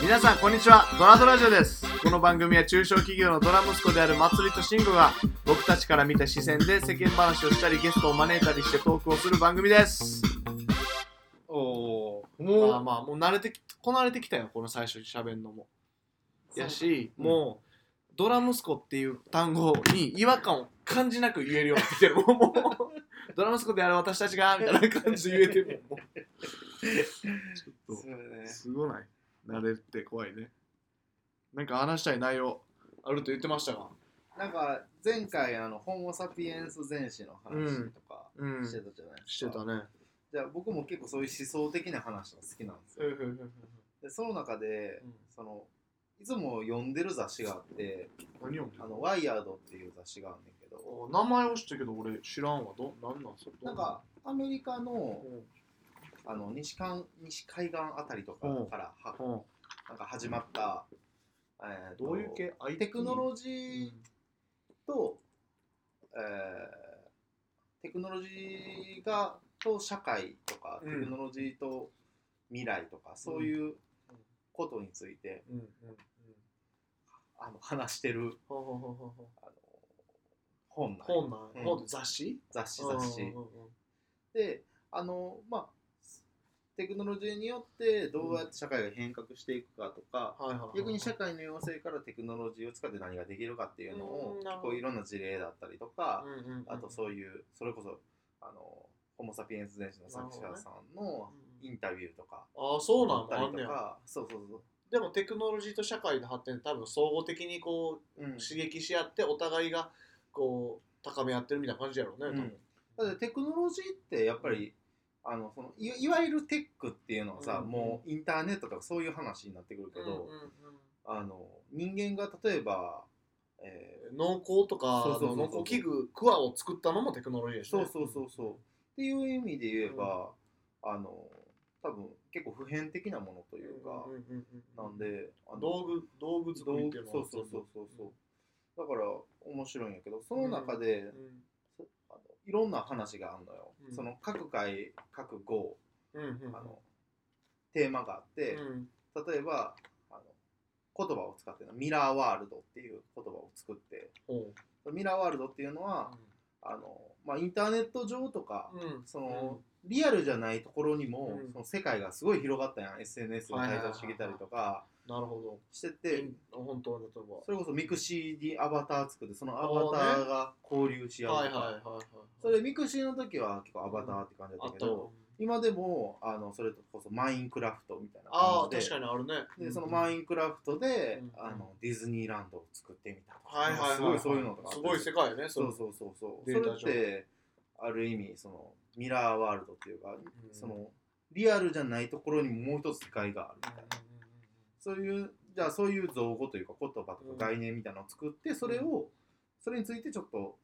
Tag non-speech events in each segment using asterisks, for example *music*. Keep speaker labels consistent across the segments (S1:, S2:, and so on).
S1: 皆さんこんにちはドラドラジオですこの番組は中小企業のドラ息子であるまつりとしんごが僕たちから見た視線で世間話をしたりゲストを招いたりしてトークをする番組です
S2: おお
S1: ま
S2: もう
S1: あまあもう慣れてきこなれてきたよこの最初に喋るのもやし
S2: うん
S1: もうドラ息子っていう単語に違和感を感じなく言えるようになってきてるもうもうドラ息子である私たちがみたいな感じで言えてるもんもうちょ
S2: *laughs*
S1: っと
S2: そうだね
S1: すごない。慣れって怖いね。なんか話したい内容あると言ってましたが。
S2: なんか前回あのホモ・サピエンス全史の話とか
S1: う
S2: してたじゃないで
S1: し
S2: す
S1: てた
S2: か、
S1: ね。
S2: じゃあ僕も結構そういう思想的な話が好きなんですよでその中でそのいつも読んでる雑誌があって
S1: 何を
S2: あのワイヤードっていう雑誌があるんだけど
S1: お名前を知ってるけど俺知らんわ。どなんなんそれ。
S2: なんかアメリカの
S1: うん、
S2: あの西か西海岸あたりとかからは
S1: うん
S2: なんか始まった、えーと
S1: どういう系
S2: テクノロジ
S1: ジ
S2: ーと、えーテクノロジーがと社会とか、
S1: うん
S2: テクノロジーと未来とかそういうことについて
S1: うんうんうん。
S2: あの話してる
S1: ほうほうほうほうほう
S2: あの本なんよ
S1: 本なん
S2: うん
S1: 本って雑誌
S2: 雑誌雑誌。
S1: うんうん
S2: であのまあテクノロジーによってどうやって社会が変革していくかとか、
S1: うんはいはいはい。
S2: 逆に社会の要請からテクノロジーを使って何ができるかっていうのを
S1: うんなるほ
S2: こ
S1: ど
S2: ういろんな事例だったりとか、
S1: うんうんうん
S2: あとそういうそれこそあのホモ・サピエンス全史の作者さんの
S1: うん
S2: インタビューとか
S1: ああそう
S2: だ
S1: な
S2: っ
S1: ん
S2: た
S1: だ。
S2: り
S1: あんね
S2: と
S1: や
S2: かそうそうそ
S1: でもテクノロジーと社会の発展って多分総合的にこう
S2: う、うん、
S1: 刺激し合ってお互いがこう高め合ってるみたいな感じやろうね、
S2: うんだってテクノロジーってやっぱりあのそのいいわゆるテックっていうのはさ、
S1: うん
S2: もうインターネットとかそういう話になってくるけ
S1: 多分
S2: ど、あの人間が例えば、えー
S1: 農耕とか
S2: そうそうそ
S1: の
S2: うそう
S1: 農耕器具クワを作ったのもテクノロジーでしょ
S2: そうそうそうそうっていう意味で言えば、あの多分結構普遍的なものというか、
S1: うんうんうんうん
S2: なんであの
S1: 道具道具作りっていうのは
S2: そうそうそうそうそうだから面白いんやけどその中で、あのいろんな話があるのよ、
S1: うん
S2: その各回各号
S1: うんうんうん
S2: あのテーマがあって、
S1: うん
S2: 例えばあの言葉を使ってるのミラーワールドっていう言葉を作って
S1: おう
S2: ミラーワールドっていうのは、あのまあ、インターネット上とか、
S1: うん
S2: そのリアルじゃないところにも、
S1: うん
S2: その世界がすごい広がったやん SNS が滞在してきたりとか
S1: なるほ
S2: して
S1: ど
S2: て、
S1: 本当のとこ
S2: それこそミクシーにアバター作ってそのアバターが交流し合うと
S1: は
S2: か
S1: いはいはいはい
S2: それミクシーの時は結構アバターって感じだ
S1: あ
S2: っ
S1: った
S2: け
S1: た
S2: ど、
S1: よ
S2: 今でもあのそれこそマインクラフトみたいな
S1: ああ
S2: 感
S1: 確
S2: じ
S1: かにあるね
S2: ででそのマインクラフトで、
S1: うん
S2: あのディズニーランドを作ってみたとか、
S1: はいはいはいはい
S2: すごいそういうのとかあった
S1: す
S2: り
S1: ごい世界ね
S2: そう
S1: う
S2: そうそうそう
S1: デ
S2: そ
S1: ータ
S2: れ
S1: 上
S2: ってある意味そのミラーワールドっていうか、
S1: ん
S2: そのリアルじゃないところにももう一つ世界があるみたいな、そういうじゃあそういう造語というか言葉とか概念みたいなのを作ってそれを、それについてちょっと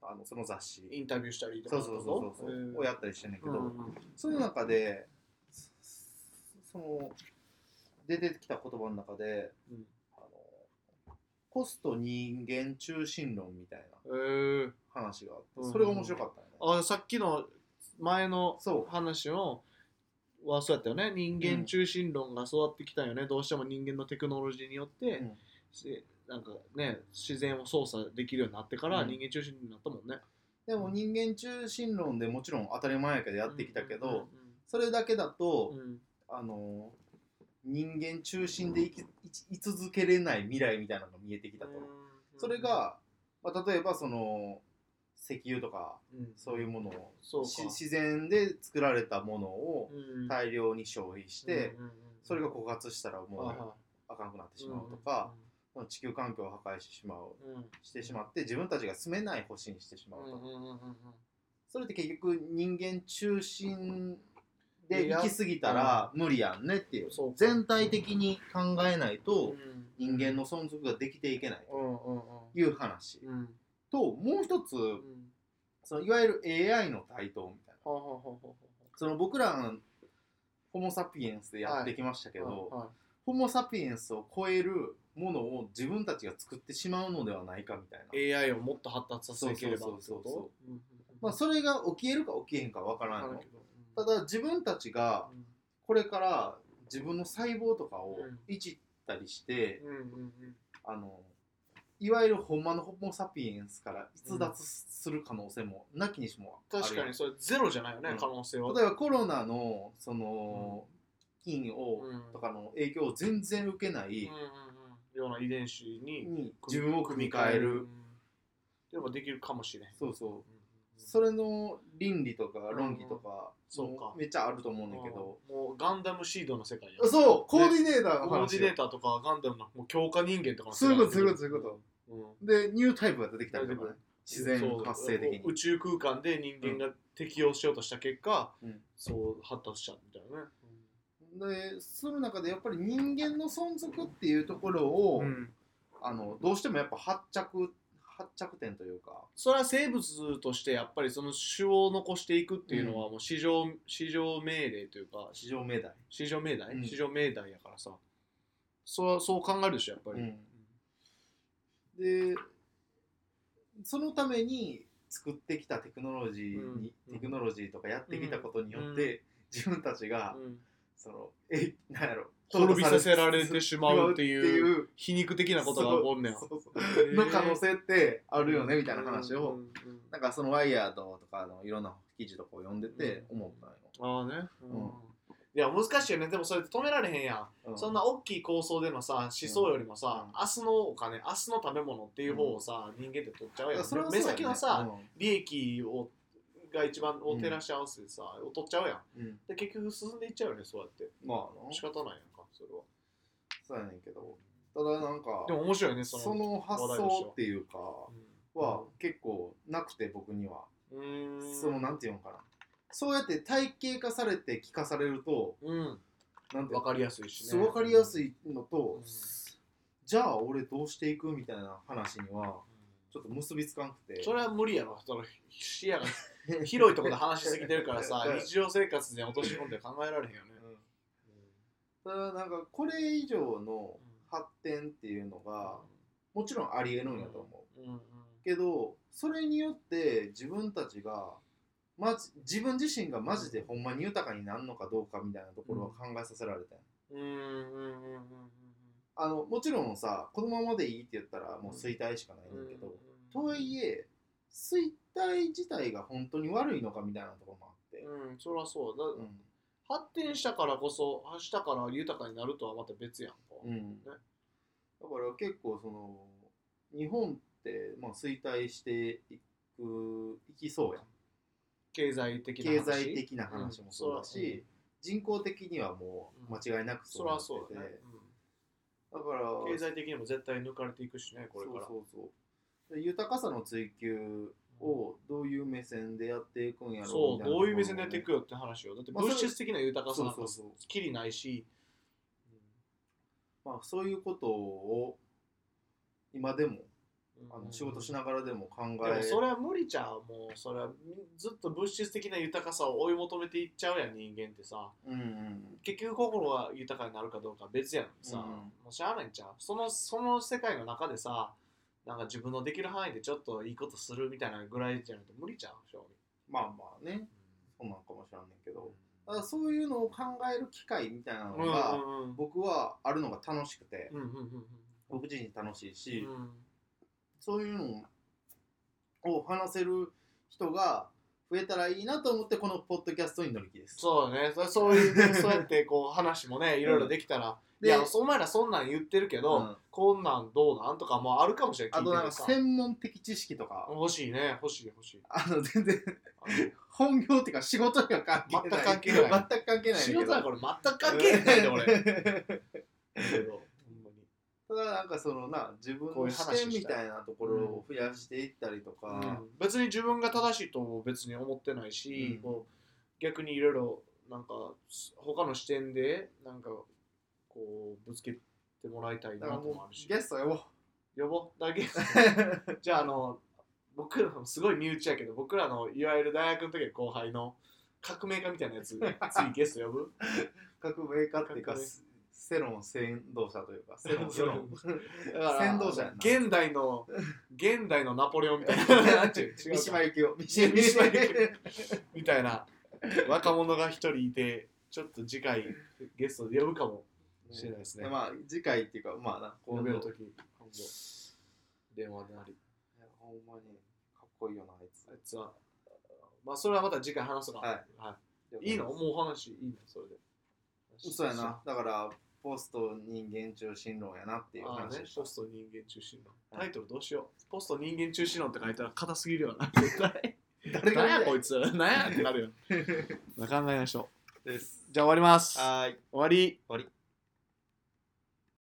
S2: あのその雑誌
S1: インタビューしたりとか
S2: そうそうそうそう、
S1: へー
S2: をやったりしてんだけど、
S1: うんうん
S2: その中でそその出てきた言葉の中で
S1: うん
S2: あのポスト人間中心論みたい
S1: えー、
S2: な話があって、
S1: うん
S2: それが面白かったよね、
S1: あさっきの前の
S2: そう
S1: 話のはそうやったよね人間中心論が育ってきたよね、どうしても人間のテクノロジーによって、
S2: うん
S1: しなんかね自然を操作できるようになってから
S2: うん
S1: 人間中心になったもんね、
S2: でも人間中心論でもちろん当たり前やけどやってきたけど、それだけだ
S1: う
S2: と
S1: ん、うんうん
S2: あの人間中心で生き生き居続けれない未来みたいなのが見えてきたと、それ、が、まあ、例えばその石油とか
S1: うん
S2: そういうものを
S1: そうか
S2: し自然で作られたものを
S1: うん
S2: 大量に消費して、
S1: うんうんうん
S2: それが枯渇したら
S1: はい
S2: も
S1: は
S2: うあかんくなっ
S1: い
S2: てしまうとか、その地球環境を破壊してしまう
S1: うんうんうん
S2: してしまって自分たちが住めない星にしてしまうと、
S1: うんうんうんうん
S2: それって結局人間中心で
S1: いや
S2: 行き過ぎたら無理やんねっていう
S1: そうか
S2: 全体的に考えないうと
S1: ん
S2: 人間の存続ができていけない
S1: うんうん
S2: という話
S1: うんうん
S2: ともう一つ
S1: うん
S2: そのいわゆる AI の台頭みたいな
S1: はあはあはあはあ
S2: その僕らホモ・サピエンスでやってきましたけど、
S1: はいはい
S2: ホモ・サピエンスを超えるものを自分たちが作ってしまうのではないかみたいな、
S1: AI をもっと発達させていければって
S2: そうそ
S1: こ
S2: うそうそ
S1: と
S2: うまあ、それが起きえるか起きえへんかわからんのただ自分たちがこれから自分の細胞とかを
S1: うん
S2: いじったりして、
S1: うんうんうん
S2: あのいわゆるほんまのホモ・サピエンスから逸脱する可能性もなきにしもある
S1: 確かにそれゼロじゃないよね、
S2: うん
S1: 可能性は
S2: 例えばコロナのその、菌を、
S1: うん
S2: とかの影響を全然受けな
S1: うん、
S2: い
S1: うんうん、ような遺伝子に
S2: に自分を組み替える、
S1: うんでもできるかもしれん
S2: そうそう
S1: うんうんうん
S2: それの倫理とか論議とか、
S1: そうか
S2: めっちゃあると思うんだけど、
S1: あーもうガンダムシードの世界や
S2: そうコーディネーターの話
S1: コーディネー
S2: タ
S1: ターとかガンダムのもう強化人間とかの世
S2: そうい
S1: 界
S2: うことそういうことそういうこと
S1: うん
S2: でニュータイプが出てきたりとか
S1: 出
S2: ね
S1: て
S2: 自然発生的に
S1: そう宇宙空間で人間が適応しようとした結果、
S2: うん
S1: そう発達しちゃうみたいなね
S2: でその中でやっぱり人間の存続っていうところを、
S1: ん
S2: あのどうしてもやっぱ発着発着点というか
S1: それは生物としてやっぱりその種を残していくっていうのは
S2: う
S1: もう市場市場命令というか
S2: 市場命題、
S1: 市場命題、
S2: うん
S1: 市場命題やからさそうそう考えるでしょやっぱり、
S2: うんでそのために作ってきたテクノロジーに、
S1: うん
S2: テクノロジーとかやってきたことによって、自分たちが、
S1: うん
S2: そのえなんやろ
S1: 滅びさせられてしまうっていう
S2: う
S1: 皮肉的なことが起こんねや
S2: そうそうそう *laughs* の可能性ってあ
S1: あ
S2: るよねみたいな話を、
S1: うん
S2: なんかそのワイヤードとかのいろんな記事とかを読んでて
S1: うん
S2: 思ったんよ、
S1: ああね、
S2: うん
S1: いや難しいよねでもそれって止められへんやん、
S2: う
S1: そんな大きい構想でのさ思想よりもさ、
S2: うん
S1: 明日のお金明日の食べ物っていう方をさ、人間って取っちゃう
S2: い
S1: や
S2: や
S1: ん
S2: それはそう
S1: 目
S2: やね
S1: 先はさ、利益をが一番を照らし合わせてさ、を取っちゃうやん
S2: うんうん
S1: で結局進んでいっちゃうよねそうやって
S2: まああの
S1: 仕方ないやんかそれは
S2: そうやねんけどただなんか
S1: でも面白いねそ
S2: そ
S1: の
S2: の発想っていうかは結構なくて僕には、
S1: うんうーん
S2: そのなんていうのかなそうやって体系化されて聞かされると
S1: うん
S2: なんていう
S1: 分
S2: の
S1: かりやすいしね
S2: そうわかりや
S1: い、
S2: すいの
S1: う
S2: と、
S1: ん
S2: じゃあ俺どうしていくみたいな話にはちょっと結びつかんくて
S1: それは無理やろその視
S2: *laughs*
S1: 野が広いところで話しすぎてるからさ日常生活で落とし込んで考えられへんよね、
S2: ただなんかこれ以上の発展っていうのがもちろんありえるんやと思う、
S1: うんうん
S2: けどそれによって自分たちがまじ自分自身がマジでほんまに豊かになるのかどうかみたいなところは考えさせられて、
S1: うんうんうんうんうん
S2: あのもちろんさこのままでいいって言ったらもう衰退しかない
S1: うんん
S2: だけど、と
S1: う
S2: はいえ衰退自体が本当に悪いのかみたいなところもあって、
S1: んうんそりゃそうだ、
S2: うん
S1: 発展したからこそ明日から豊かになるとはまた別やんか、
S2: うんだから結構その日本って、まあ、衰退していくいきそうやん
S1: 経済的な
S2: 経
S1: 話
S2: 済的な話もそうだし、
S1: うん
S2: 人口的にはもう間違いなく
S1: そ
S2: な
S1: ら
S2: ってて
S1: そうだね、
S2: だから
S1: うん経済的にも絶対抜かれていくしねこれから
S2: そうそうそうで豊かさの追求をどういう目線でやっていくんやろ
S1: そう
S2: みたな
S1: どういう目線でやっていくよって話よだって
S2: まあそ
S1: 物
S2: れ
S1: 質的な豊かさなんか
S2: そうそうそう
S1: きりないし
S2: まあ、そういうことを今でも
S1: うん
S2: あの仕事しながらでも考
S1: で
S2: え
S1: もそれは無理ちゃうもうそれはずっと物質的な豊かさを追い求めていっちゃうやん人間ってさ
S2: うんうん
S1: 結局心が豊かになるかどうかは別やんさ、
S2: うん
S1: もうしゃあないんちゃうそのその世界の中でさなんか自分のできる範囲でちょっといいことするみたいなぐらいじゃないと無理ちゃう正
S2: まあまあねそうなんかもしらんねんけどただそういうのを考える機会みたいなの
S1: 味うんうん
S2: が、
S1: うん
S2: 僕はあるのが楽しくて、
S1: うんうんうんうん
S2: 僕自身楽しいし、
S1: うん
S2: そういうのを話せる人が増えたらいいなと思ってこのポッドキャストに乗り気です。
S1: そうだねそそういうねそうやってこう話もねいろいろできたら、
S2: で
S1: いやお前らそんなん言ってるけど、
S2: うん
S1: こんなんどうなんとかもあるかもしれない
S2: あとなんか
S1: 聞いてる
S2: 専門的知識とか、
S1: 欲しいね欲しい欲しい
S2: あの全然
S1: あの
S2: 本業っていうか仕事には関係ない。
S1: 全く関係ない
S2: 全く関係ない
S1: 仕
S2: んだけ
S1: 事
S2: ど。
S1: だから俺全く関係ない
S2: *laughs*
S1: で俺けどほんまに
S2: ただなんかそのな自分
S1: こう
S2: の
S1: いう
S2: 視
S1: 話
S2: 点みたいなところを増やしていったりとか、
S1: うん別に自分が正しいとも別に思ってないし、
S2: うん
S1: こう逆にいろいろなんか他の視点でなんかこうぶつけてもらいたいな
S2: だから
S1: と
S2: も
S1: もあ
S2: う
S1: るし
S2: ゲスト *laughs* よ。
S1: 呼ぼうだけ *laughs* じゃああの僕らのすごい身内やけど僕らのいわゆる大学の時の後輩の革命家みたいなや
S2: *laughs*
S1: つ次ゲスト呼ぶ
S2: 革命家っていうか
S1: 革命
S2: 世論先導者というか世論世
S1: 世
S2: 論
S1: 論だ
S2: 先導者やな
S1: 現代の現代のナポレオンみたい
S2: *laughs*
S1: ななんちゅう違うか
S2: 三島由紀夫三
S1: 三島由紀
S2: 夫
S1: みたいな若者が一人いてちょっと次回ゲストで呼ぶかもしれないですね。
S2: まあ次回っていうかまあな
S1: 呼
S2: 今
S1: べる
S2: 度
S1: と
S2: い
S1: き、今度、電話なり。
S2: やほんまにかっこいいよなあいつ
S1: あいつは、まあそれはまた次回話すか。
S2: はい
S1: い、いのもう話いいのそれで。
S2: 嘘やな。だからポスト人間中心論やなっていう
S1: ああ
S2: 話
S1: ね
S2: で、し
S1: ポスト人間中心論。
S2: はい
S1: タイトルどうしよう。ポスト人間中心論って書いたら硬すぎるよな。絶対。
S2: た誰が
S1: *laughs* 何やこ
S2: い
S1: いつ。 *laughs* 何やってなるよ。考えましょ
S2: です
S1: う。じゃあ終わります。終
S2: はーい
S1: わり。
S2: 終わり